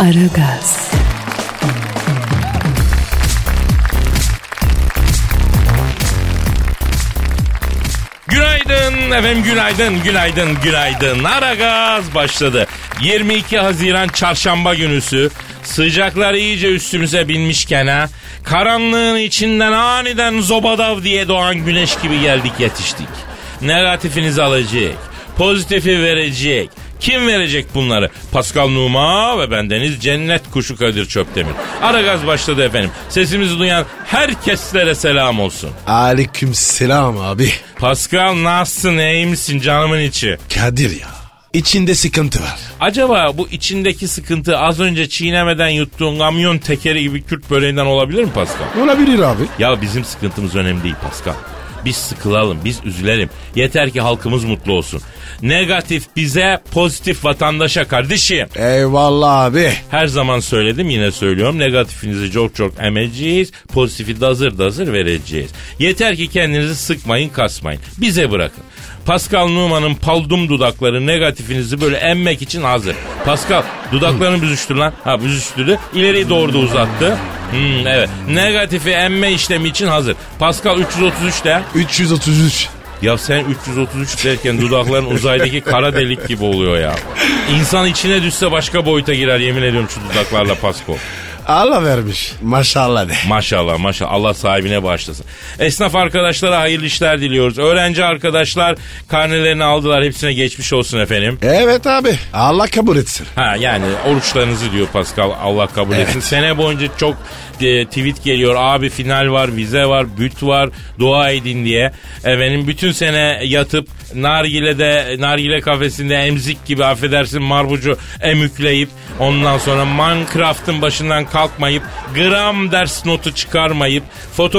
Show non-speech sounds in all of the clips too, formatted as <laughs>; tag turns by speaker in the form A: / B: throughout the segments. A: Aragaz,
B: Günaydın efendim günaydın günaydın günaydın. Aragaz başladı. 22 Haziran çarşamba günüsü. Sıcaklar iyice üstümüze binmişken ha. Karanlığın içinden aniden zobadav diye doğan güneş gibi geldik yetiştik. Negatifinizi alacak. Pozitifi verecek. Kim verecek bunları? Pascal Numa ve bendeniz Cennet Kuşu Kadir Çöptemir. Aragaz başladı efendim. Sesimizi duyan herkeslere selam olsun.
C: Aleyküm selam abi.
B: Pascal nasılsın iyi misin canımın içi?
C: Kadir ya. İçinde sıkıntı var.
B: Acaba bu içindeki sıkıntı az önce çiğnemeden yuttuğun kamyon tekeri gibi Kürt böreğinden olabilir mi Pascal?
C: Olabilir abi.
B: Ya bizim sıkıntımız önemli değil Pascal. Biz sıkılalım, biz üzülelim. Yeter ki halkımız mutlu olsun. Negatif bize, pozitif vatandaşa kardeşim.
C: Eyvallah abi.
B: Her zaman söyledim yine söylüyorum. Negatifinizi çok çok emeceğiz. Pozitifi de hazır da hazır vereceğiz. Yeter ki kendinizi sıkmayın kasmayın. Bize bırakın. Pascal Numan'ın paldum dudakları negatifinizi böyle emmek için hazır. Pascal dudaklarını büzüştür lan. Ha büzüştürdü. İleri doğru da uzattı. Hmm, evet. Negatifi emme işlemi için hazır. Pascal 333 de.
C: 333.
B: Ya sen 333 derken dudakların uzaydaki kara delik gibi oluyor ya. İnsan içine düşse başka boyuta girer yemin ediyorum şu dudaklarla Pasko.
C: Allah vermiş. Maşallah de.
B: Maşallah maşallah Allah sahibine bağışlasın. Esnaf arkadaşlara hayırlı işler diliyoruz. Öğrenci arkadaşlar karnelerini aldılar hepsine geçmiş olsun efendim.
C: Evet abi. Allah kabul etsin.
B: Ha yani oruçlarınızı diyor Pascal Allah kabul etsin.
C: Evet.
B: Sene boyunca çok e, tweet geliyor. Abi final var, vize var, büt var. Dua edin diye. Efendim bütün sene yatıp nargilede, nargile kafesinde emzik gibi affedersin marbucu emükleyip ondan sonra Minecraft'ın başından kalkmayıp gram ders notu çıkarmayıp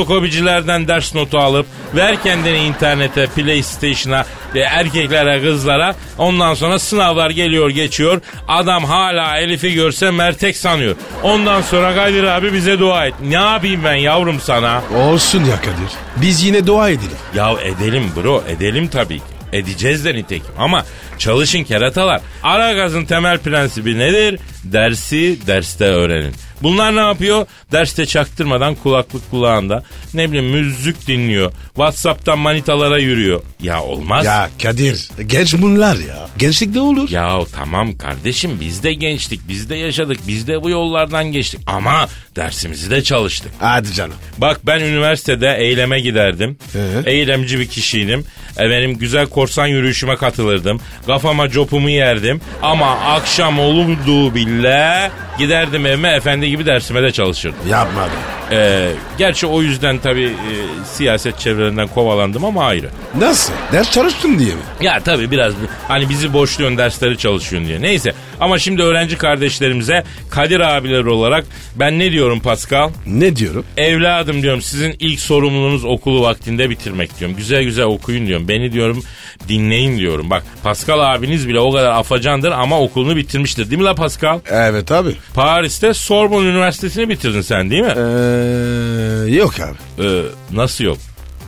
B: fotokopicilerden ders notu alıp ver kendini internete, PlayStation'a, e, erkeklere, kızlara ondan sonra sınavlar geliyor geçiyor. Adam hala Elif'i görse mertek sanıyor. Ondan sonra Kadir abi bize dua et. Ne yapayım ben yavrum sana?
C: Olsun ya Kadir. Biz yine dua edelim.
B: Ya edelim bro edelim tabii ki. Edeceğiz de nitekim ama çalışın keratalar. Ara gazın temel prensibi nedir? Dersi derste öğrenin. Bunlar ne yapıyor? Derste çaktırmadan kulaklık kulağında ne bileyim müzik dinliyor. Whatsapp'tan manitalara yürüyor. Ya olmaz.
C: Ya Kadir. Genç bunlar ya. Gençlikte olur.
B: Yahu tamam kardeşim biz de gençtik, biz de yaşadık, biz de bu yollardan geçtik ama dersimizi de çalıştık.
C: Hadi canım.
B: Bak ben üniversitede eyleme giderdim.
C: Ee?
B: Eylemci bir kişiydim. E, Benim güzel korsan yürüyüşüme katılırdım. Kafama copumu yerdim. Ama akşam olurdu bile giderdim evime efendi gibi dersime de çalışırdım.
C: Yapma abi.
B: Ee, gerçi o yüzden tabii e, siyaset çevrelerinden kovalandım ama ayrı.
C: Nasıl? Ders çalıştın diye mi?
B: Ya tabii biraz bi- hani bizi boşluyorsun dersleri çalışıyorsun diye. Neyse ama şimdi öğrenci kardeşlerimize Kadir abiler olarak ben ne diyorum Pascal?
C: Ne diyorum?
B: Evladım diyorum sizin ilk sorumluluğunuz okulu vaktinde bitirmek diyorum. Güzel güzel okuyun diyorum. Beni diyorum dinleyin diyorum. Bak Pascal abiniz bile o kadar afacandır ama okulunu bitirmiştir. Değil mi la Pascal?
C: Evet abi.
B: Paris'te Sorbonne Üniversitesi'ni bitirdin sen değil mi?
C: Ee, yok abi.
B: Ee, nasıl yok?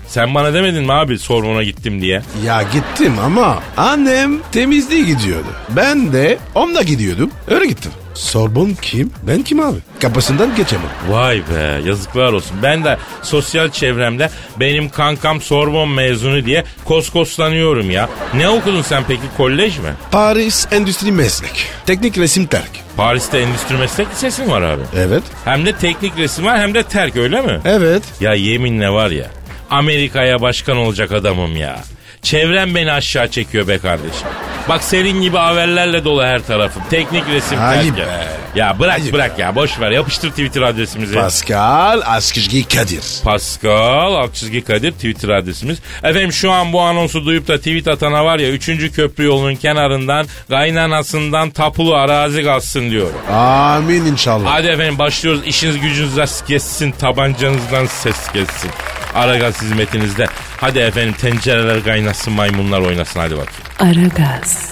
B: Sen bana demedin mi abi Sorbonne'a gittim diye?
C: Ya gittim ama annem temizliğe gidiyordu. Ben de onunla gidiyordum. Öyle gittim. Sorbon kim? Ben kim abi? Kapısından geçemem.
B: Vay be yazıklar olsun. Ben de sosyal çevremde benim kankam Sorbon mezunu diye koskoslanıyorum ya. Ne okudun sen peki kolej mi?
C: Paris Endüstri Meslek. Teknik resim terk.
B: Paris'te Endüstri Meslek Lisesi mi var abi?
C: Evet.
B: Hem de teknik resim var hem de terk öyle mi?
C: Evet.
B: Ya yeminle var ya Amerika'ya başkan olacak adamım ya. Çevrem beni aşağı çekiyor be kardeşim. Bak senin gibi haberlerle dolu her tarafım. Teknik resim
C: Ay
B: terk
C: be.
B: ya. Ya bırak
C: Ayıp
B: bırak ya. boş ver yapıştır Twitter adresimizi.
C: Pascal Askizgi Kadir.
B: Pascal Altçizgi Kadir Twitter adresimiz. Efendim şu an bu anonsu duyup da tweet atana var ya 3. köprü yolunun kenarından kaynanasından tapulu arazi kalsın diyor.
C: Amin inşallah.
B: Hadi efendim başlıyoruz. İşiniz gücünüz ses kessin. Tabancanızdan ses kessin. Aragaz hizmetinizde. Hadi efendim tencereler kaynasın maymunlar oynasın hadi bakayım.
A: Aragaz,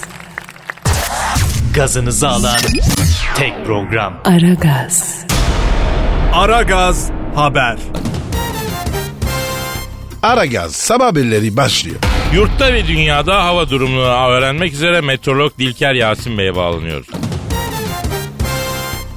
D: Gazınızı alan tek program.
A: Aragaz,
D: Aragaz Haber.
C: Ara gaz sabah haberleri başlıyor.
B: Yurtta ve dünyada hava durumunu öğrenmek üzere meteorolog Dilker Yasin Bey'e bağlanıyoruz.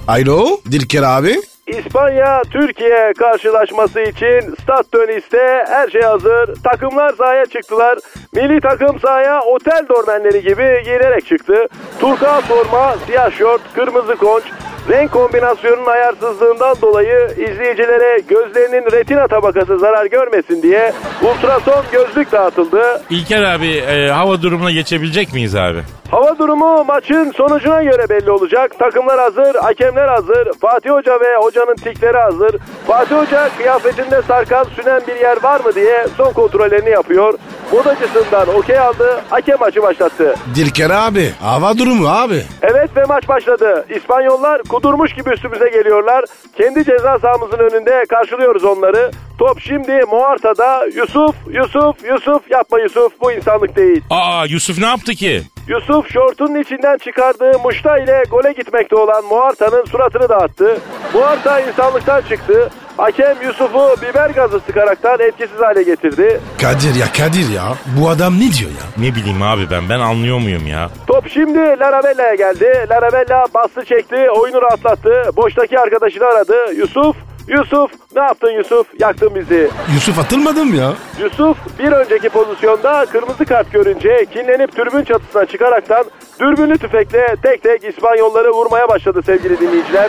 C: Alo Dilker abi.
E: İspanya Türkiye karşılaşması için Stad Dönis'te her şey hazır. Takımlar sahaya çıktılar. Milli takım sahaya otel dormenleri gibi giyinerek çıktı. Turkuaz forma, siyah şort, kırmızı konç. Renk kombinasyonunun ayarsızlığından dolayı izleyicilere gözlerinin retina tabakası zarar görmesin diye ultrason gözlük dağıtıldı.
B: İlker abi e, hava durumuna geçebilecek miyiz abi?
E: Hava durumu maçın sonucuna göre belli olacak. Takımlar hazır, hakemler hazır. Fatih Hoca ve hocanın tikleri hazır. Fatih Hoca kıyafetinde sarkan sünen bir yer var mı diye son kontrollerini yapıyor. Modacısından okey aldı, hakem maçı başlattı.
C: Dilker abi hava durumu abi.
E: Evet ve maç başladı. İspanyollar kudurmuş gibi üstümüze geliyorlar. Kendi ceza sahamızın önünde karşılıyoruz onları. Top şimdi Muarta'da. Yusuf, Yusuf, Yusuf yapma Yusuf bu insanlık değil.
B: Aa Yusuf ne yaptı ki?
E: Yusuf şortunun içinden çıkardığı muşta ile gole gitmekte olan Muarta'nın suratını dağıttı. Muarta insanlıktan çıktı. Hakem Yusuf'u biber gazı sıkaraktan etkisiz hale getirdi.
C: Kadir ya Kadir ya bu adam ne diyor ya?
B: Ne bileyim abi ben ben anlıyor muyum ya?
E: Top şimdi Larabella'ya geldi. Larabella bastı çekti, oyunu rahatlattı. Boştaki arkadaşını aradı. Yusuf, Yusuf ne yaptın Yusuf? Yaktın bizi.
C: Yusuf atılmadım ya.
E: Yusuf bir önceki pozisyonda kırmızı kart görünce kinlenip türbün çatısına çıkaraktan dürbünlü tüfekle tek tek İspanyolları vurmaya başladı sevgili dinleyiciler.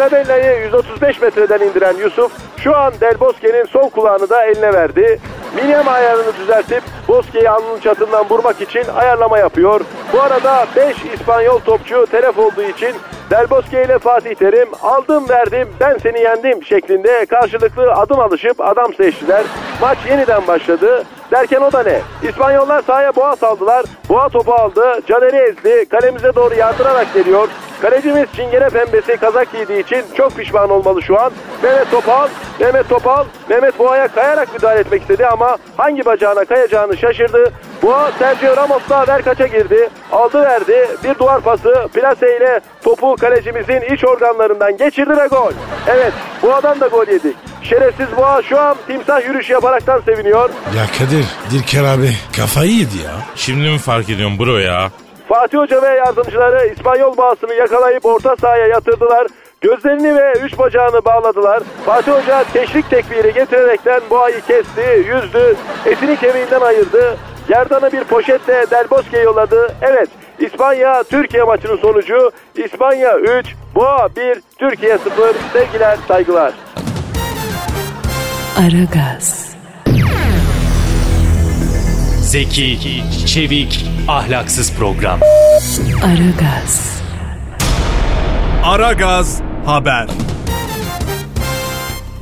E: Larabella'yı 135 metreden indiren Yusuf şu an Del Bosque'nin sol kulağını da eline verdi. Minyem ayarını düzeltip Bosque'yi alnının çatından vurmak için ayarlama yapıyor. Bu arada 5 İspanyol topçu telef olduğu için Del Bosque ile Fatih Terim aldım verdim ben seni yendim şeklinde karşılıklı adım alışıp adam seçtiler. Maç yeniden başladı. Derken o da ne? İspanyollar sahaya boğa saldılar. Boğa topu aldı. Caner'i ezdi. Kalemize doğru yardırarak geliyor. Kalecimiz çingene pembesi kazak giydiği için çok pişman olmalı şu an. Mehmet Topal, Mehmet Topal, Mehmet Boğa'ya kayarak müdahale etmek istedi ama hangi bacağına kayacağını şaşırdı. Boğa Sergio Ramos'la verkaça girdi. Aldı verdi. Bir duvar pası plase ile topu kalecimizin iç organlarından geçirdi ve gol. Evet Boğa'dan da gol yedik. Şerefsiz Boğa şu an timsah yürüyüşü yaparaktan seviniyor.
C: Ya Kadir Dilker abi kafayı yedi ya.
B: Şimdi mi fark ediyorum bro ya?
E: Fatih Hoca ve yardımcıları İspanyol bağısını yakalayıp orta sahaya yatırdılar. Gözlerini ve üç bacağını bağladılar. Fatih Hoca teşvik tekbiri getirerekten boğayı kesti, yüzdü, etini kemiğinden ayırdı. Yerdan'ı bir poşetle Del Bosque yolladı. Evet, İspanya-Türkiye maçının sonucu İspanya 3, Boğa 1, Türkiye 0. Sevgiler, saygılar.
A: Aragaz,
D: Zeki, çevik, ahlaksız program.
A: Aragaz,
D: Aragaz Haber.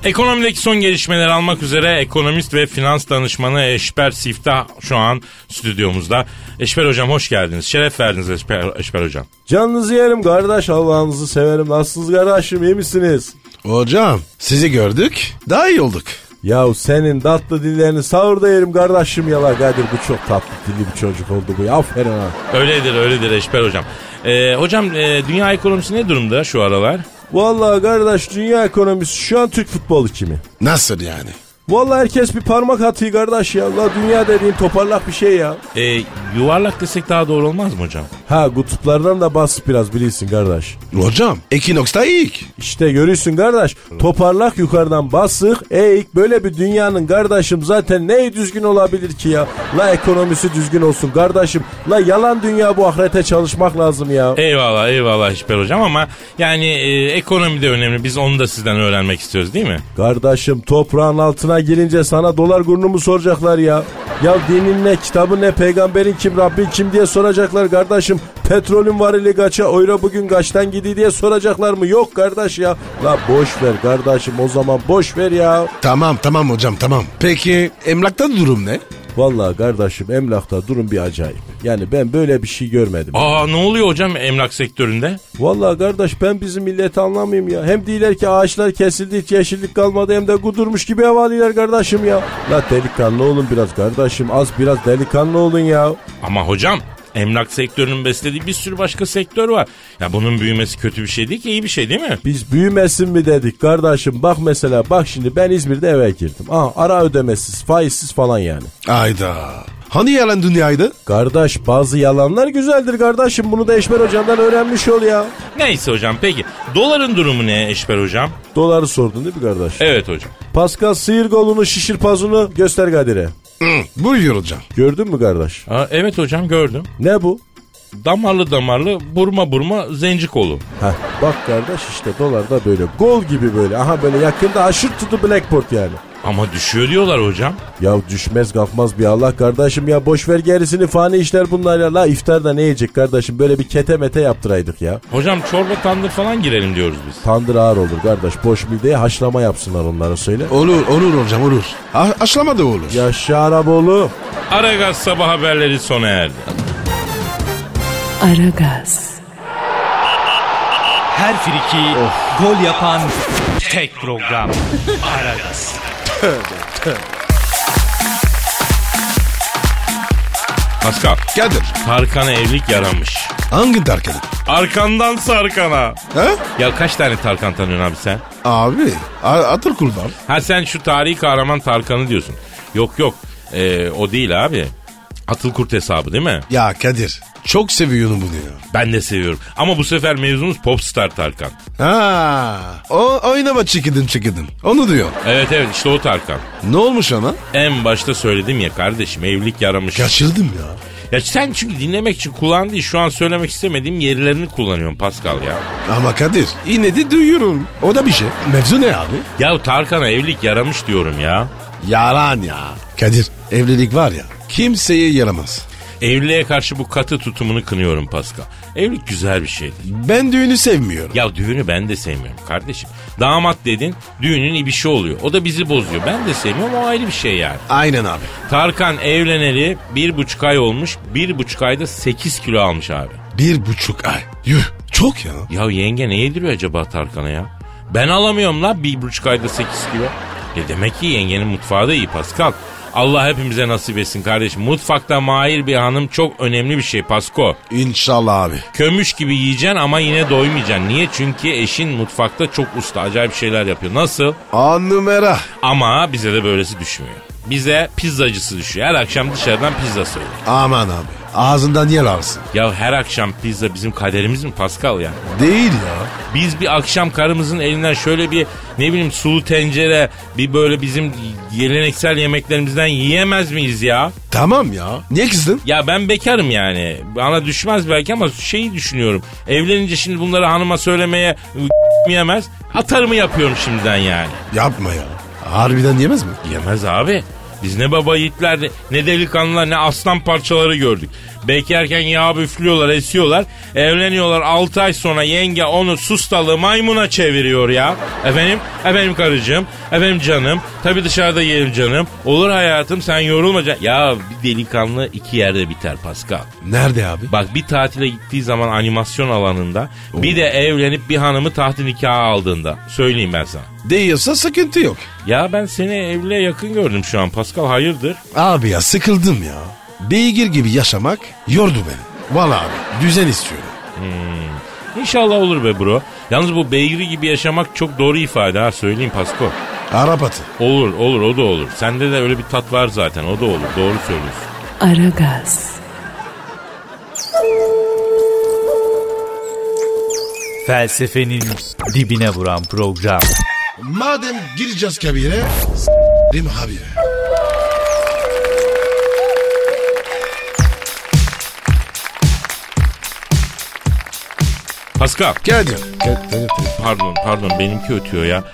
B: Ekonomideki son gelişmeleri almak üzere ekonomist ve finans danışmanı Eşber Siftah şu an stüdyomuzda. Eşber hocam hoş geldiniz. Şeref verdiniz Eşber, Eşber hocam.
F: Canınızı yerim kardeş Allah'ınızı severim. Nasılsınız kardeşim iyi misiniz?
C: Hocam sizi gördük daha iyi olduk.
F: Yahu senin tatlı dillerini sahurda yerim kardeşim ya la Kadir bu çok tatlı dilli bir çocuk oldu bu ya aferin ha.
B: Öyledir öyledir Eşber hocam. Ee, hocam e, dünya ekonomisi ne durumda şu aralar?
F: Vallahi kardeş dünya ekonomisi şu an Türk futbolu kimi?
C: Nasıl yani?
F: Vallahi herkes bir parmak atıyor kardeş ya. La dünya dediğin toparlak bir şey ya.
B: E, yuvarlak desek daha doğru olmaz mı hocam?
F: Ha kutuplardan da bas biraz bilirsin kardeş.
C: Hocam Ekinoks'ta ilk.
F: İşte görüyorsun kardeş toparlak yukarıdan basık eğik böyle bir dünyanın kardeşim zaten neyi düzgün olabilir ki ya? La ekonomisi düzgün olsun kardeşim. La yalan dünya bu ahirete çalışmak lazım ya.
B: Eyvallah eyvallah Eşber hocam ama yani e, ekonomi de önemli. Biz onu da sizden öğrenmek istiyoruz değil mi?
F: Kardeşim toprağın altına girince sana dolar kurnumu soracaklar ya. Ya dinin ne, kitabın ne, peygamberin kim, Rabbin kim diye soracaklar kardeşim. Petrolün varili kaça, oyra bugün kaçtan gidiyor diye soracaklar mı? Yok kardeş ya. La boş ver kardeşim o zaman boş ver ya.
C: Tamam tamam hocam tamam. Peki emlakta durum ne?
F: Vallahi kardeşim emlakta durum bir acayip. Yani ben böyle bir şey görmedim.
B: Aa ne oluyor hocam emlak sektöründe?
F: Vallahi kardeş ben bizim milleti anlamayayım ya. Hem diyorlar ki ağaçlar kesildi hiç yeşillik kalmadı hem de kudurmuş gibi havaliler kardeşim ya. La delikanlı olun biraz kardeşim az biraz delikanlı olun ya.
B: Ama hocam emlak sektörünün beslediği bir sürü başka sektör var. Ya bunun büyümesi kötü bir şey değil ki iyi bir şey değil mi?
F: Biz büyümesin mi dedik kardeşim bak mesela bak şimdi ben İzmir'de eve girdim. Aha, ara ödemesiz faizsiz falan yani.
C: Ayda. Hani yalan dünyaydı?
F: Kardeş bazı yalanlar güzeldir kardeşim bunu da Eşber Hoca'ndan öğrenmiş ol ya.
B: Neyse hocam peki doların durumu ne Eşber hocam?
F: Doları sordun değil mi kardeş?
B: Evet hocam.
F: Pascal sıyır golunu şişir pazunu göster Kadir'e.
C: Hı, buyur hocam.
F: Gördün mü kardeş?
B: Aa, evet hocam gördüm.
F: Ne bu?
B: Damarlı damarlı burma burma zenci kolu.
F: Heh, bak kardeş işte dolar da böyle gol gibi böyle. Aha böyle yakında aşır tutu Blackport yani.
B: Ama düşüyor diyorlar hocam.
F: Ya düşmez kalkmaz bir Allah kardeşim ya boş ver gerisini fani işler bunlar ya. La iftarda ne yiyecek kardeşim böyle bir kete mete yaptıraydık ya.
B: Hocam çorba tandır falan girelim diyoruz biz.
F: Tandır ağır olur kardeş boş mideye haşlama yapsınlar onlara söyle.
C: Olur olur hocam olur. Ha, aşlama da olur.
F: Ya Şaraboğlu
B: Aragaz sabah haberleri sona erdi.
A: Aragaz,
D: Her friki gol yapan tek program. Aragaz.
B: Pascal,
C: Kadir.
B: Tarkan'a evlilik yaramış.
C: Hangi Tarkan'ı?
B: Arkandan Sarkan'a.
C: Ha?
B: Ya kaç tane Tarkan tanıyorsun abi sen?
C: Abi A- Atırkul var.
B: Ha sen şu tarihi kahraman Tarkan'ı diyorsun. Yok yok Ee, o değil abi. Atıl Kurt hesabı değil mi?
C: Ya Kadir çok seviyorum bunu ya.
B: Ben de seviyorum. Ama bu sefer mevzumuz popstar Tarkan.
C: Ha, o oynama çekidin çekidin. Onu diyor.
B: Evet evet işte o Tarkan.
C: Ne olmuş ona?
B: En başta söyledim ya kardeşim evlilik yaramış.
C: Kaçırdım ya.
B: Ya sen çünkü dinlemek için kulağın değil şu an söylemek istemediğim yerlerini kullanıyorsun Pascal ya.
C: Ama Kadir yine de duyuyorum. O da bir şey. Mevzu ne abi?
B: Ya Tarkan'a evlilik yaramış diyorum ya.
C: Yalan ya. Kadir evlilik var ya kimseye yaramaz.
B: Evliliğe karşı bu katı tutumunu kınıyorum Pascal. Evlilik güzel bir şeydir.
C: Ben düğünü sevmiyorum.
B: Ya düğünü ben de sevmiyorum kardeşim. Damat dedin düğünün ibişi oluyor. O da bizi bozuyor. Ben de sevmiyorum o ayrı bir şey yani.
C: Aynen abi.
B: Tarkan evleneli bir buçuk ay olmuş. Bir buçuk ayda 8 kilo almış abi.
C: Bir buçuk ay. Yuh çok ya.
B: Ya yenge ne yediriyor acaba Tarkan'a ya? Ben alamıyorum la bir buçuk ayda 8 kilo. E demek ki yengenin mutfağı da iyi Pascal. Allah hepimize nasip etsin kardeşim. Mutfakta mahir bir hanım çok önemli bir şey Pasko.
C: İnşallah abi.
B: Kömüş gibi yiyeceksin ama yine doymayacaksın. Niye? Çünkü eşin mutfakta çok usta. Acayip şeyler yapıyor. Nasıl?
C: On numara.
B: Ama bize de böylesi düşmüyor. Bize pizzacısı düşüyor. Her akşam dışarıdan pizza söyle.
C: Aman abi. Ağzından yer alsın.
B: Ya her akşam pizza bizim kaderimiz mi Pascal ya?
C: Değil ya.
B: Biz bir akşam karımızın elinden şöyle bir ne bileyim sulu tencere bir böyle bizim geleneksel yemeklerimizden yiyemez miyiz ya?
C: Tamam ya. Niye kızdın?
B: Ya ben bekarım yani. Bana düşmez belki ama şeyi düşünüyorum. Evlenince şimdi bunları hanıma söylemeye ıı, yemez. Atarımı yapıyorum şimdiden yani.
C: Yapma ya. Harbiden yemez mi?
B: Yemez abi. Biz ne baba yiğitler ne delikanlılar ne aslan parçaları gördük. Bekerken yağ üflüyorlar esiyorlar. Evleniyorlar 6 ay sonra yenge onu sustalı maymuna çeviriyor ya. Efendim efendim karıcığım efendim canım tabi dışarıda yerim canım. Olur hayatım sen yorulma can- Ya bir delikanlı iki yerde biter Pascal.
C: Nerede abi?
B: Bak bir tatile gittiği zaman animasyon alanında bir de evlenip bir hanımı tahti nikaha aldığında söyleyeyim ben sana.
C: Değilse sıkıntı yok.
B: Ya ben seni evliliğe yakın gördüm şu an Pascal hayırdır?
C: Abi ya sıkıldım ya. Beygir gibi yaşamak yordu beni. Vallahi abi düzen istiyorum.
B: İnşallah olur be bro. Yalnız bu beygiri gibi yaşamak çok doğru ifade ha söyleyeyim Pasko.
C: Arap atı.
B: Olur olur o da olur. Sende de öyle bir tat var zaten o da olur doğru söylüyorsun.
A: Aragaz,
D: Felsefenin dibine vuran program.
C: Madem gireceğiz kabire s**rim abi.
B: Pascal
C: Geldim. Gel, gel, gel.
B: pardon pardon benimki ötüyor ya.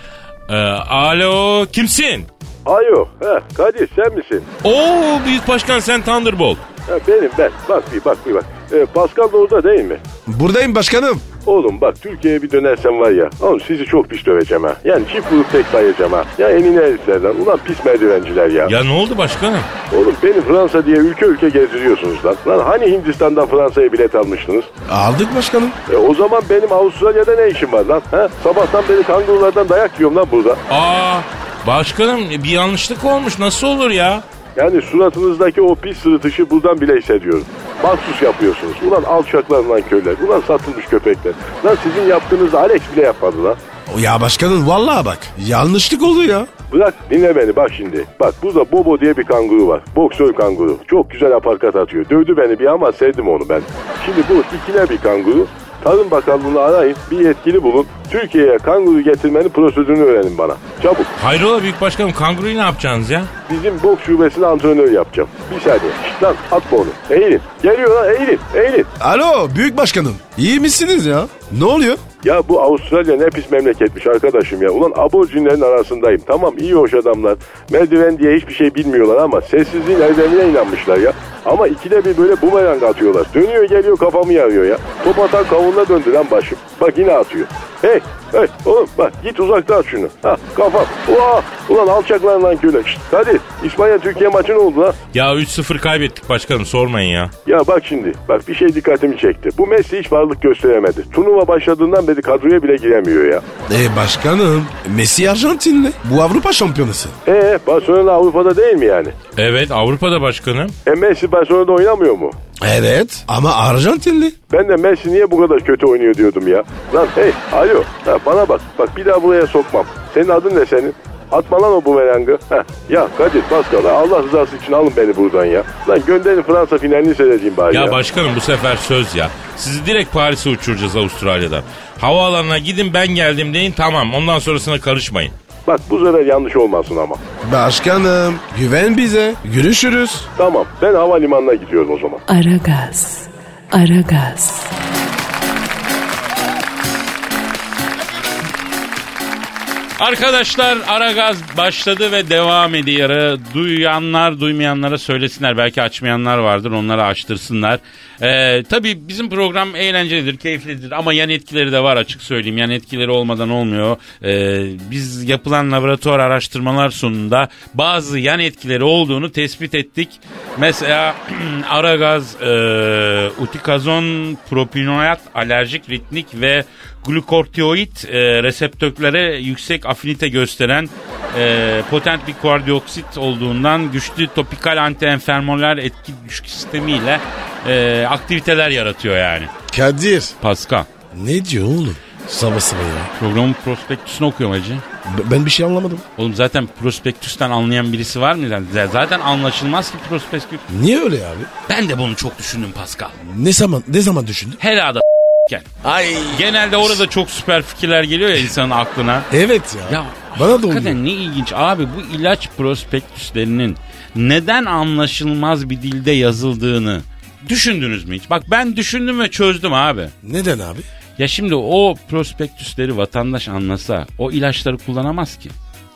B: Ee, alo kimsin?
E: Ayo, ha, Kadir sen misin?
B: Oo büyük başkan sen Thunderbolt.
E: Ha, benim ben. Bak bir bak bir bak. E, Pascal da orada değil mi?
C: Buradayım başkanım.
E: Oğlum bak Türkiye'ye bir dönersen var ya. Oğlum sizi çok pis döveceğim ha. Yani çift vurup tek sayacağım ha. Ya enine heriflerden. Ulan pis merdivenciler ya.
B: Ya ne oldu başkanım?
E: Oğlum beni Fransa diye ülke ülke gezdiriyorsunuz lan. Lan hani Hindistan'dan Fransa'ya bilet almıştınız?
C: Aldık başkanım.
E: E, o zaman benim Avustralya'da ne işim var lan? Ha? Sabahtan beri kangurulardan dayak yiyorum lan burada.
B: Aa başkanım bir yanlışlık olmuş nasıl olur ya?
E: Yani suratınızdaki o pis sırıtışı buradan bile hissediyorum. Mahsus yapıyorsunuz. Ulan alçaklar lan köyler. Ulan satılmış köpekler. Lan sizin yaptığınızı Alex bile yapmadı lan.
C: Ya başkanım vallahi bak yanlışlık oldu ya.
E: Bırak dinle beni bak şimdi. Bak burada Bobo diye bir kanguru var. Boksör kanguru. Çok güzel aparkat atıyor. Dövdü beni bir ama sevdim onu ben. Şimdi bu dikine bir kanguru. Tarım Bakanlığı'nı arayın, bir yetkili bulun. Türkiye'ye kanguru getirmenin prosedürünü öğrenin bana. Çabuk.
B: Hayrola büyük başkanım kanguruyu ne yapacaksınız ya?
E: Bizim boks şubesine antrenör yapacağım. Bir saniye. Şşt lan atma onu. Eğilin. Geliyor lan eğilin. Eğilin.
C: Alo büyük başkanım. İyi misiniz ya? Ne oluyor?
E: Ya bu Avustralya ne pis memleketmiş arkadaşım ya. Ulan aborjinlerin arasındayım. Tamam iyi hoş adamlar. Merdiven diye hiçbir şey bilmiyorlar ama sessizliğin erdemine inanmışlar ya. Ama ikide bir böyle bumerang atıyorlar. Dönüyor geliyor kafamı yarıyor ya. Top atan kavunla döndü lan başım. Bak yine atıyor. Hey hey oğlum bak git uzakta at şunu. Ha kafam. Ulan, ulan alçaklar lan köle. Şşt, hadi İspanya Türkiye maçı ne oldu lan?
B: Ya 3-0 kaybettik başkanım sormayın ya.
E: Ya bak şimdi bak bir şey dikkatimi çekti. Bu Messi hiç varlık gösteremedi. Turnuva başladığından beri kadroya bile giremiyor ya.
C: E başkanım Messi Arjantinli. Bu Avrupa şampiyonası.
E: Ee Barcelona Avrupa'da değil mi yani?
B: Evet Avrupa'da başkanım.
E: E Messi Barcelona'da oynamıyor mu?
C: Evet ama Arjantinli.
E: Ben de Messi niye bu kadar kötü oynuyor diyordum ya. Lan hey alo ha, bana bak bak bir daha buraya sokmam. Senin adın ne senin? Atma lan o bumerangı. Heh. Ya Kadir Pascal ha, Allah rızası için alın beni buradan ya. Lan gönderin Fransa finalini seyredeyim bari ya.
B: Ya başkanım bu sefer söz ya. Sizi direkt Paris'e uçuracağız Avustralya'dan. Havaalanına gidin ben geldim deyin tamam ondan sonrasına karışmayın.
E: Bak bu sefer yanlış olmasın ama.
C: Başkanım güven bize. Görüşürüz.
E: Tamam ben havalimanına gidiyorum o zaman.
A: Aragaz. Aragaz.
B: Arkadaşlar Aragaz başladı ve devam ediyor. Duyanlar duymayanlara söylesinler. Belki açmayanlar vardır onları açtırsınlar. Ee, tabii bizim program eğlencelidir, keyiflidir ama yan etkileri de var açık söyleyeyim. Yan etkileri olmadan olmuyor. Ee, biz yapılan laboratuvar araştırmalar sonunda bazı yan etkileri olduğunu tespit ettik. Mesela <clears throat> Aragaz e, utikazon propinoyat alerjik ritnik ve glukortioid e, reseptörlere yüksek afinite gösteren e, potent bir kardiyoksit olduğundan güçlü topikal antienfermolar etki düşük sistemiyle e, aktiviteler yaratıyor yani.
C: Kadir.
B: Pascal.
C: Ne diyor oğlum? Sabah sabah ya.
B: Programın prospektüsünü okuyorum hacı.
C: B- Ben bir şey anlamadım.
B: Oğlum zaten prospektüsten anlayan birisi var mı? Z- Zaten anlaşılmaz ki prospektüs.
C: Niye öyle abi?
B: Ben de bunu çok düşündüm Pascal.
C: Ne zaman ne zaman düşündün?
B: Helada
C: Ay.
B: Genelde orada çok süper fikirler geliyor ya insanın aklına.
C: Evet ya.
B: Ya
C: Bana da oluyor.
B: hakikaten ne ilginç abi bu ilaç prospektüslerinin neden anlaşılmaz bir dilde yazıldığını düşündünüz mü hiç? Bak ben düşündüm ve çözdüm abi.
C: Neden abi?
B: Ya şimdi o prospektüsleri vatandaş anlasa o ilaçları kullanamaz ki.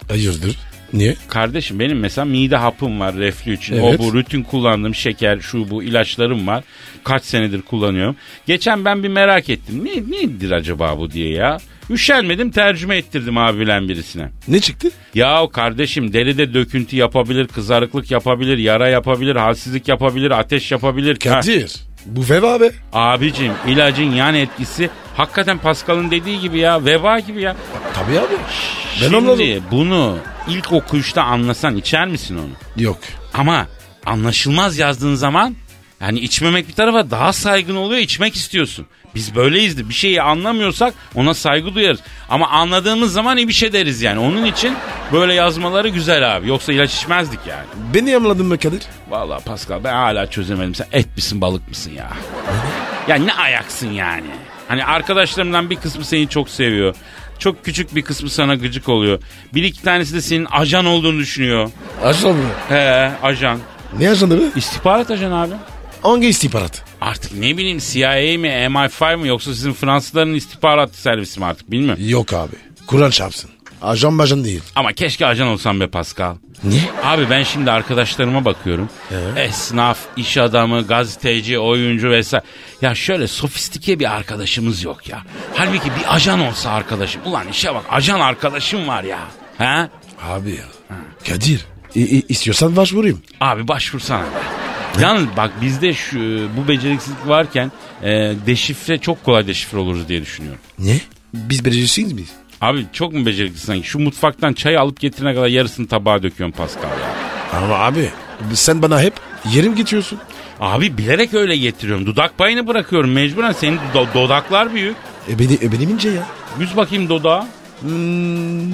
C: Hayırdır? Niye?
B: Kardeşim benim mesela mide hapım var reflü için.
C: Evet.
B: O bu rutin kullandığım şeker şu bu ilaçlarım var. Kaç senedir kullanıyorum. Geçen ben bir merak ettim. Ne, nedir acaba bu diye ya. Üşenmedim tercüme ettirdim abi bilen birisine.
C: Ne çıktı?
B: Yahu kardeşim deride döküntü yapabilir, kızarıklık yapabilir, yara yapabilir, halsizlik yapabilir, ateş yapabilir. Ha,
C: Kadir. Bu veba be.
B: abicim ilacın yan etkisi hakikaten Pascal'ın dediği gibi ya veba gibi ya.
C: Tabii abi. Ben
B: Şimdi
C: anladım.
B: bunu ilk okuyuşta anlasan içer misin onu?
C: Yok.
B: Ama anlaşılmaz yazdığın zaman yani içmemek bir tarafa daha saygın oluyor içmek istiyorsun. Biz böyleyizdir. Bir şeyi anlamıyorsak ona saygı duyarız. Ama anladığımız zaman iyi bir şey deriz yani. Onun için böyle yazmaları güzel abi. Yoksa ilaç içmezdik yani.
C: Beni anladın mı Kadir?
B: Vallahi Pascal ben hala çözemedim. Sen et misin balık mısın ya? ya ne ayaksın yani? Hani arkadaşlarımdan bir kısmı seni çok seviyor. Çok küçük bir kısmı sana gıcık oluyor. Bir iki tanesi de senin ajan olduğunu düşünüyor.
C: Ajan mı?
B: He ajan.
C: Ne ajanı be?
B: İstihbarat ajanı abi.
C: Hangi istihbarat?
B: Artık ne bileyim CIA mi MI5 mi yoksa sizin Fransızların istihbarat servisi mi artık bilmiyorum.
C: Yok abi. Kur'an çarpsın. Ajan bajan değil.
B: Ama keşke ajan olsam be Pascal.
C: Niye?
B: Abi ben şimdi arkadaşlarıma bakıyorum. Esnaf, iş adamı, gazeteci, oyuncu vesaire. Ya şöyle sofistike bir arkadaşımız yok ya. Halbuki bir ajan olsa arkadaşım. Ulan işe bak ajan arkadaşım var ya. He?
C: Abi ya. Kadir. i- i- istiyorsan başvurayım.
B: Abi başvursana. Yalnız bak bizde şu bu beceriksizlik varken e, deşifre çok kolay deşifre oluruz diye düşünüyorum.
C: Ne? Biz becerisiz miyiz?
B: Abi çok mu beceriklisin sanki? Şu mutfaktan çayı alıp getirene kadar yarısını tabağa döküyorsun Pascal ya.
C: Ama abi sen bana hep yerim getiriyorsun.
B: Abi bilerek öyle getiriyorum. Dudak payını bırakıyorum mecburen. Senin do- dodaklar büyük.
C: E, beni, e benim ince ya.
B: Yüz bakayım dodağa.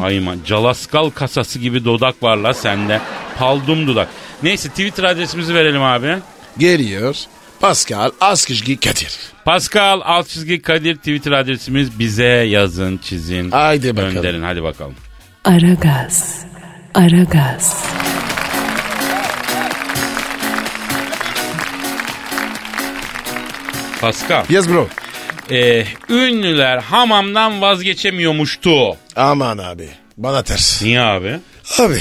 B: Ayman calaskal kasası gibi dodak var la sende. Paldum dudak. Neyse Twitter adresimizi verelim abi.
C: Geliyor. Pascal Askışgi Kadir.
B: Pascal alt çizgi Kadir Twitter adresimiz bize yazın çizin.
C: Haydi bakalım.
B: Gönderin hadi bakalım.
A: Aragaz. Aragaz.
B: Pascal.
C: Yes bro.
B: e, ünlüler hamamdan vazgeçemiyormuştu.
C: Aman abi. Bana ters.
B: Niye abi?
C: Abi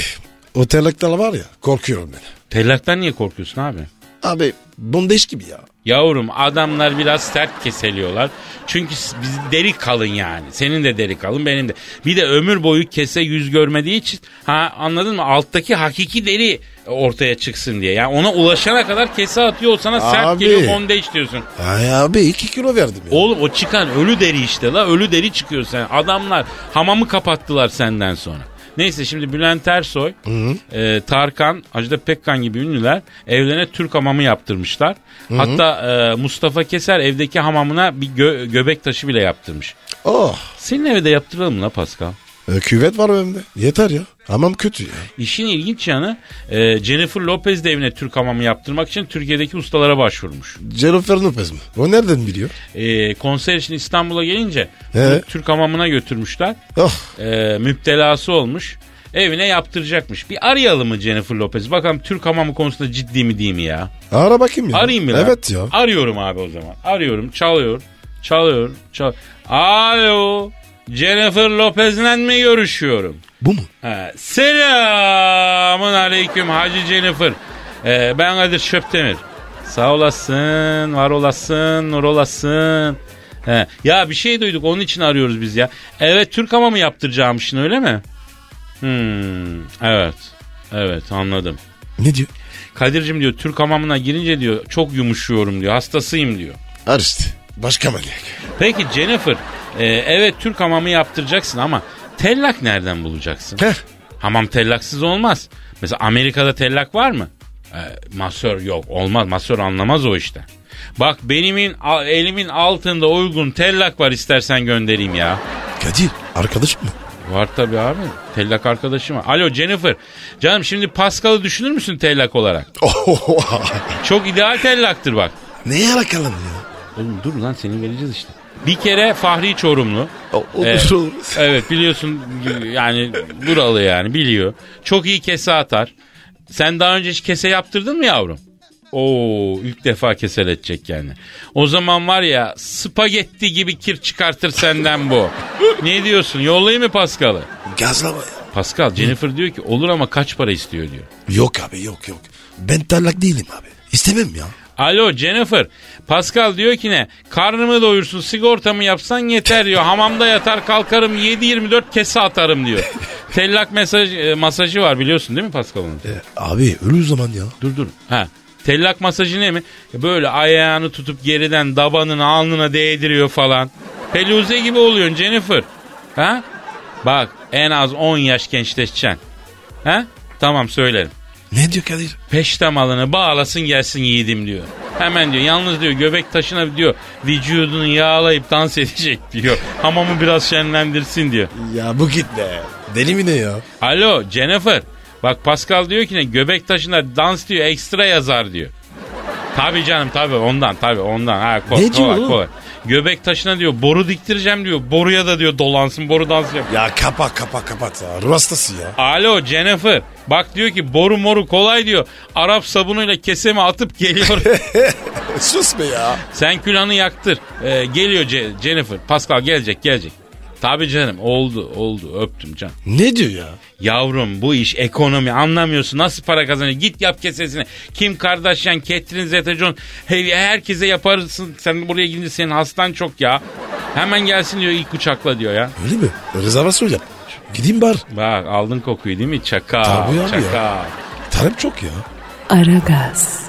C: o terlikler var ya korkuyorum ben.
B: Tellaktan niye korkuyorsun abi?
C: Abi bondeş gibi ya.
B: Yavrum adamlar biraz sert keseliyorlar. Çünkü s- biz deri kalın yani. Senin de deri kalın benim de. Bir de ömür boyu kese yüz görmediği için ha anladın mı? Alttaki hakiki deri ortaya çıksın diye. Yani ona ulaşana kadar kese atıyor o sana sert
C: Abi.
B: geliyor bondeş diyorsun.
C: Ay abi 2 kilo verdim ya.
B: Oğlum o çıkan ölü deri işte la ölü deri çıkıyor sen. Adamlar hamamı kapattılar senden sonra. Neyse şimdi Bülent Ersoy, e, Tarkan, Ajda Pekkan gibi ünlüler evlerine Türk hamamı yaptırmışlar. Hatta e, Mustafa Keser evdeki hamamına bir gö- göbek taşı bile yaptırmış.
C: Oh.
B: Senin eve de yaptıralım la Pascal.
C: e, küvet var önümde. Yeter ya. Hamam kötü ya.
B: İşin ilginç yanı e, Jennifer Lopez de evine Türk hamamı yaptırmak için Türkiye'deki ustalara başvurmuş.
C: Jennifer Lopez mi? O nereden biliyor?
B: E, konser için İstanbul'a gelince
C: He.
B: Türk hamamına götürmüşler.
C: Oh.
B: e, müptelası olmuş. Evine yaptıracakmış. Bir arayalım mı Jennifer Lopez? Bakalım Türk hamamı konusunda ciddi mi değil mi ya?
C: Ara bakayım ya.
B: Arayayım mı lan?
C: Evet ya.
B: Arıyorum abi o zaman. Arıyorum. Çalıyor. Çalıyor. Çal Alo. Jennifer Lopez'le mi görüşüyorum?
C: Bu mu?
B: Ha, Selamun aleyküm Hacı Jennifer. Ee, ben Kadir Şöptemir. Sağ olasın, var olasın, nur olasın. He, Ya bir şey duyduk onun için arıyoruz biz ya. Evet Türk ama mı yaptıracağımışsın öyle mi? Hmm, evet. Evet anladım.
C: Ne diyor?
B: Kadir'cim diyor Türk hamamına girince diyor çok yumuşuyorum diyor hastasıyım diyor.
C: Ar işte. Başka manyak.
B: Peki Jennifer e, evet Türk hamamı yaptıracaksın ama tellak nereden bulacaksın?
C: Heh.
B: Hamam tellaksız olmaz. Mesela Amerika'da tellak var mı? Ee, masör yok olmaz masör anlamaz o işte. Bak benimin a- elimin altında uygun tellak var istersen göndereyim ya.
C: Kadir arkadaş mı? <laughs>
B: Var tabii abi. Tellak arkadaşım var. Alo Jennifer. Canım şimdi Pascal'ı düşünür müsün tellak olarak? Çok ideal tellaktır bak.
C: Oh, Neye alakalı ya?
B: Oğlum dur lan seni vereceğiz işte. Bir kere Fahri Çorumlu.
C: O- Olur
B: Evet.
C: olur.
B: Evet biliyorsun yani buralı yani biliyor. Çok iyi kese atar. Sen daha önce hiç kese yaptırdın mı yavrum? Oo ilk defa keseletecek yani. O zaman var ya spagetti gibi kir çıkartır senden bu. ne diyorsun yollayayım mı Pascal'ı?
C: Gazlama ya.
B: Pascal Jennifer diyor ki olur ama kaç para istiyor diyor.
C: Yok abi yok yok. Ben tarlak değilim abi. İstemem ya.
B: Alo Jennifer. Pascal diyor ki ne? Karnımı doyursun sigortamı yapsan yeter diyor. Hamamda yatar kalkarım 7-24 kese atarım diyor. Tellak mesaj, e, masajı var biliyorsun değil mi Pascal'ın?
C: E, abi ölü zaman ya.
B: Dur dur. Ha. Tellak masajı ne mi? E, Böyle ayağını tutup geriden dabanın alnına değdiriyor falan. Peluze gibi oluyorsun Jennifer. Ha? Bak en az 10 yaş gençleşeceksin. Ha? Tamam söylerim
C: Ne diyor Kadir?
B: peştemalını bağlasın gelsin yiğidim diyor. Hemen diyor yalnız diyor göbek taşına diyor vücudunu yağlayıp dans <laughs> edecek diyor. Hamamı biraz şenlendirsin diyor.
C: Ya bu gitme. Deli mi ne ya?
B: Alo Jennifer bak Pascal diyor ki ne göbek taşına dans diyor ekstra yazar diyor. Tabii canım tabii ondan tabii ondan. Ha, ko-
C: Ne diyor
B: kolay,
C: oğlum?
B: kolay. Göbek taşına diyor boru diktireceğim diyor. Boruya da diyor dolansın boru dans yap.
C: Ya kapa kapa kapat ya. Ruh hastası ya. <laughs>
B: Alo Jennifer bak diyor ki boru moru kolay diyor. Arap sabunuyla keseme atıp geliyor.
C: Sus be ya.
B: Sen külahını yaktır. Ee, geliyor Ce- Jennifer. Pascal gelecek gelecek. Tabii canım oldu oldu öptüm can.
C: Ne diyor ya?
B: Yavrum bu iş ekonomi anlamıyorsun nasıl para kazanıyor git yap kesesini. Kim Kardashian, Catherine Zeta-Jones he- herkese yaparsın sen buraya gidince senin hastan çok ya. Hemen gelsin diyor ilk uçakla diyor ya.
C: Öyle mi? Rezervasyon yap. Gideyim bar.
B: Bak aldın kokuyu değil mi? Çaka.
C: Tabii abi
B: çaka.
C: ya. Talep çok ya.
A: Aragaz,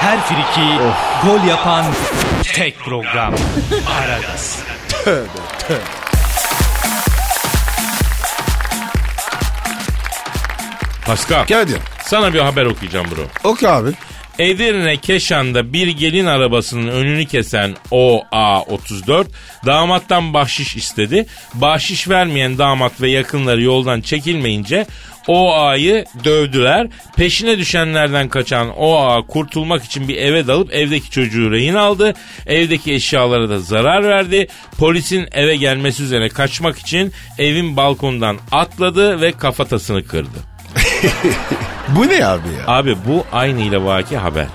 D: Her friki gol yapan tek program. Aragaz.
B: Pascal
C: Kadir.
B: sana bir haber okuyacağım bro.
C: Ok abi.
B: Edirne Keşan'da bir gelin arabasının önünü kesen OA34 damattan bahşiş istedi. Bahşiş vermeyen damat ve yakınları yoldan çekilmeyince OA'yı dövdüler. Peşine düşenlerden kaçan OA kurtulmak için bir eve dalıp evdeki çocuğu rehin aldı. Evdeki eşyalara da zarar verdi. Polisin eve gelmesi üzerine kaçmak için evin balkondan atladı ve kafatasını kırdı.
C: Bu ne abi ya?
B: Abi bu aynı ile vaki haber.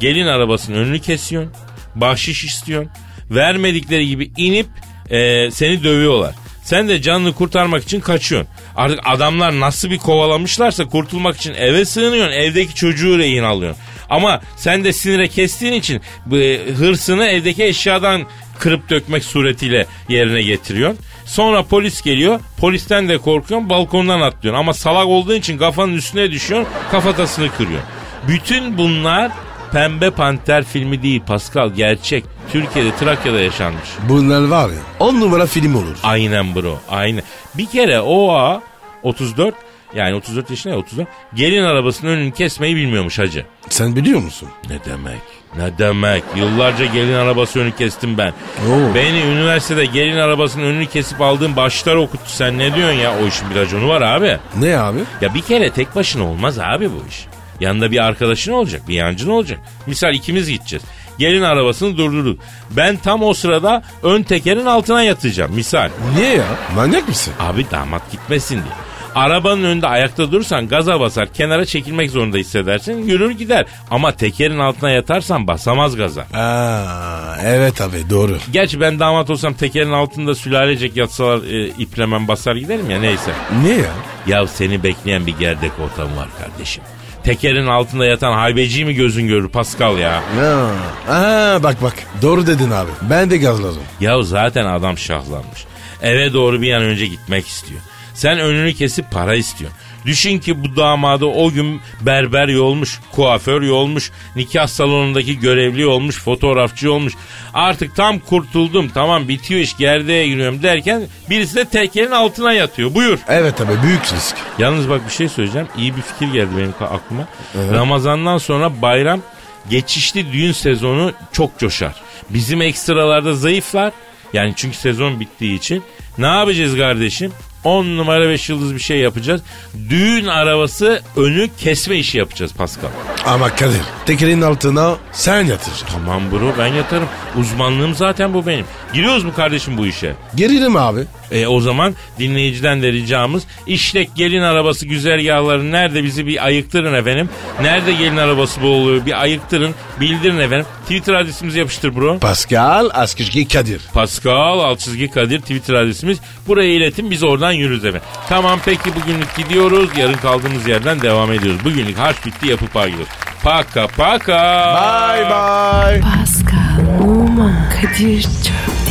B: Gelin arabasının önünü kesiyorsun. Bahşiş istiyorsun. Vermedikleri gibi inip e, seni dövüyorlar. Sen de canını kurtarmak için kaçıyorsun. Artık adamlar nasıl bir kovalamışlarsa kurtulmak için eve sığınıyorsun. Evdeki çocuğu rehin alıyorsun. Ama sen de sinire kestiğin için bu, e, hırsını evdeki eşyadan kırıp dökmek suretiyle yerine getiriyorsun. Sonra polis geliyor. Polisten de korkuyorsun. Balkondan atlıyorsun. Ama salak olduğun için kafanın üstüne düşüyorsun. Kafatasını kırıyorsun. Bütün bunlar Pembe Panter filmi değil Pascal gerçek. Türkiye'de Trakya'da yaşanmış.
C: Bunlar var ya. On numara film olur.
B: Aynen bro aynen. Bir kere OA 34 yani 34 yaşında ya 34 gelin arabasının önünü kesmeyi bilmiyormuş hacı.
C: Sen biliyor musun?
B: Ne demek? Ne demek? Yıllarca gelin arabası önü kestim ben.
C: Oo.
B: Beni üniversitede gelin arabasının önünü kesip aldığım başlar okuttu. Sen ne diyorsun ya? O işin bir raconu var abi.
C: Ne abi?
B: Ya bir kere tek başına olmaz abi bu iş. Yanında bir arkadaşın olacak, bir yancın olacak. Misal ikimiz gideceğiz. Gelin arabasını durdurduk. Ben tam o sırada ön tekerin altına yatacağım. Misal.
C: Niye ya? Manyak mısın?
B: Abi damat gitmesin diye. Arabanın önünde ayakta durursan gaza basar, kenara çekilmek zorunda hissedersin, yürür gider. Ama tekerin altına yatarsan basamaz gaza.
C: Aa, evet abi doğru.
B: Gerçi ben damat olsam tekerin altında sülalecek yatsalar e, iplemem basar giderim ya neyse.
C: Niye ya?
B: Ya seni bekleyen bir gerdek ortamı var kardeşim. Tekerin altında yatan haybeciyi mi gözün görür Pascal ya?
C: Ya. Aa, bak bak. Doğru dedin abi. Ben de gazladım.
B: Ya zaten adam şahlanmış. Eve doğru bir an önce gitmek istiyor. Sen önünü kesip para istiyorsun. Düşün ki bu damadı o gün berber yolmuş, kuaför yolmuş, nikah salonundaki görevli olmuş, fotoğrafçı olmuş. Artık tam kurtuldum, tamam bitiyor iş, gerdeğe giriyorum derken birisi de tekerin altına yatıyor. Buyur.
C: Evet abi büyük risk.
B: Yalnız bak bir şey söyleyeceğim. İyi bir fikir geldi benim ka- aklıma. Ramazandan sonra bayram geçişli düğün sezonu çok coşar. Bizim ekstralarda zayıflar. Yani çünkü sezon bittiği için. Ne yapacağız kardeşim? 10 numara 5 yıldız bir şey yapacağız. Düğün arabası önü kesme işi yapacağız Pascal.
C: Ama Kadir tekerin altına sen yatıracaksın.
B: Tamam bro ben yatarım. Uzmanlığım zaten bu benim. Giriyoruz mu kardeşim bu işe?
C: Gerilim abi.
B: E, o zaman dinleyiciden de ricamız işlek gelin arabası güzergahları nerede bizi bir ayıktırın efendim. Nerede gelin arabası bu oluyor bir ayıktırın bildirin efendim. Twitter adresimizi yapıştır bro.
C: Pascal Askışki Kadir.
B: Pascal alt çizgi Kadir Twitter adresimiz. Buraya iletin biz oradan yürürüz efendim. Tamam peki bugünlük gidiyoruz. Yarın kaldığımız yerden devam ediyoruz. Bugünlük harç bitti yapıp ayrılır. Paka paka.
C: Bye bye.
A: Pascal, Oman, Kadir çok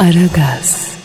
A: Aragaz.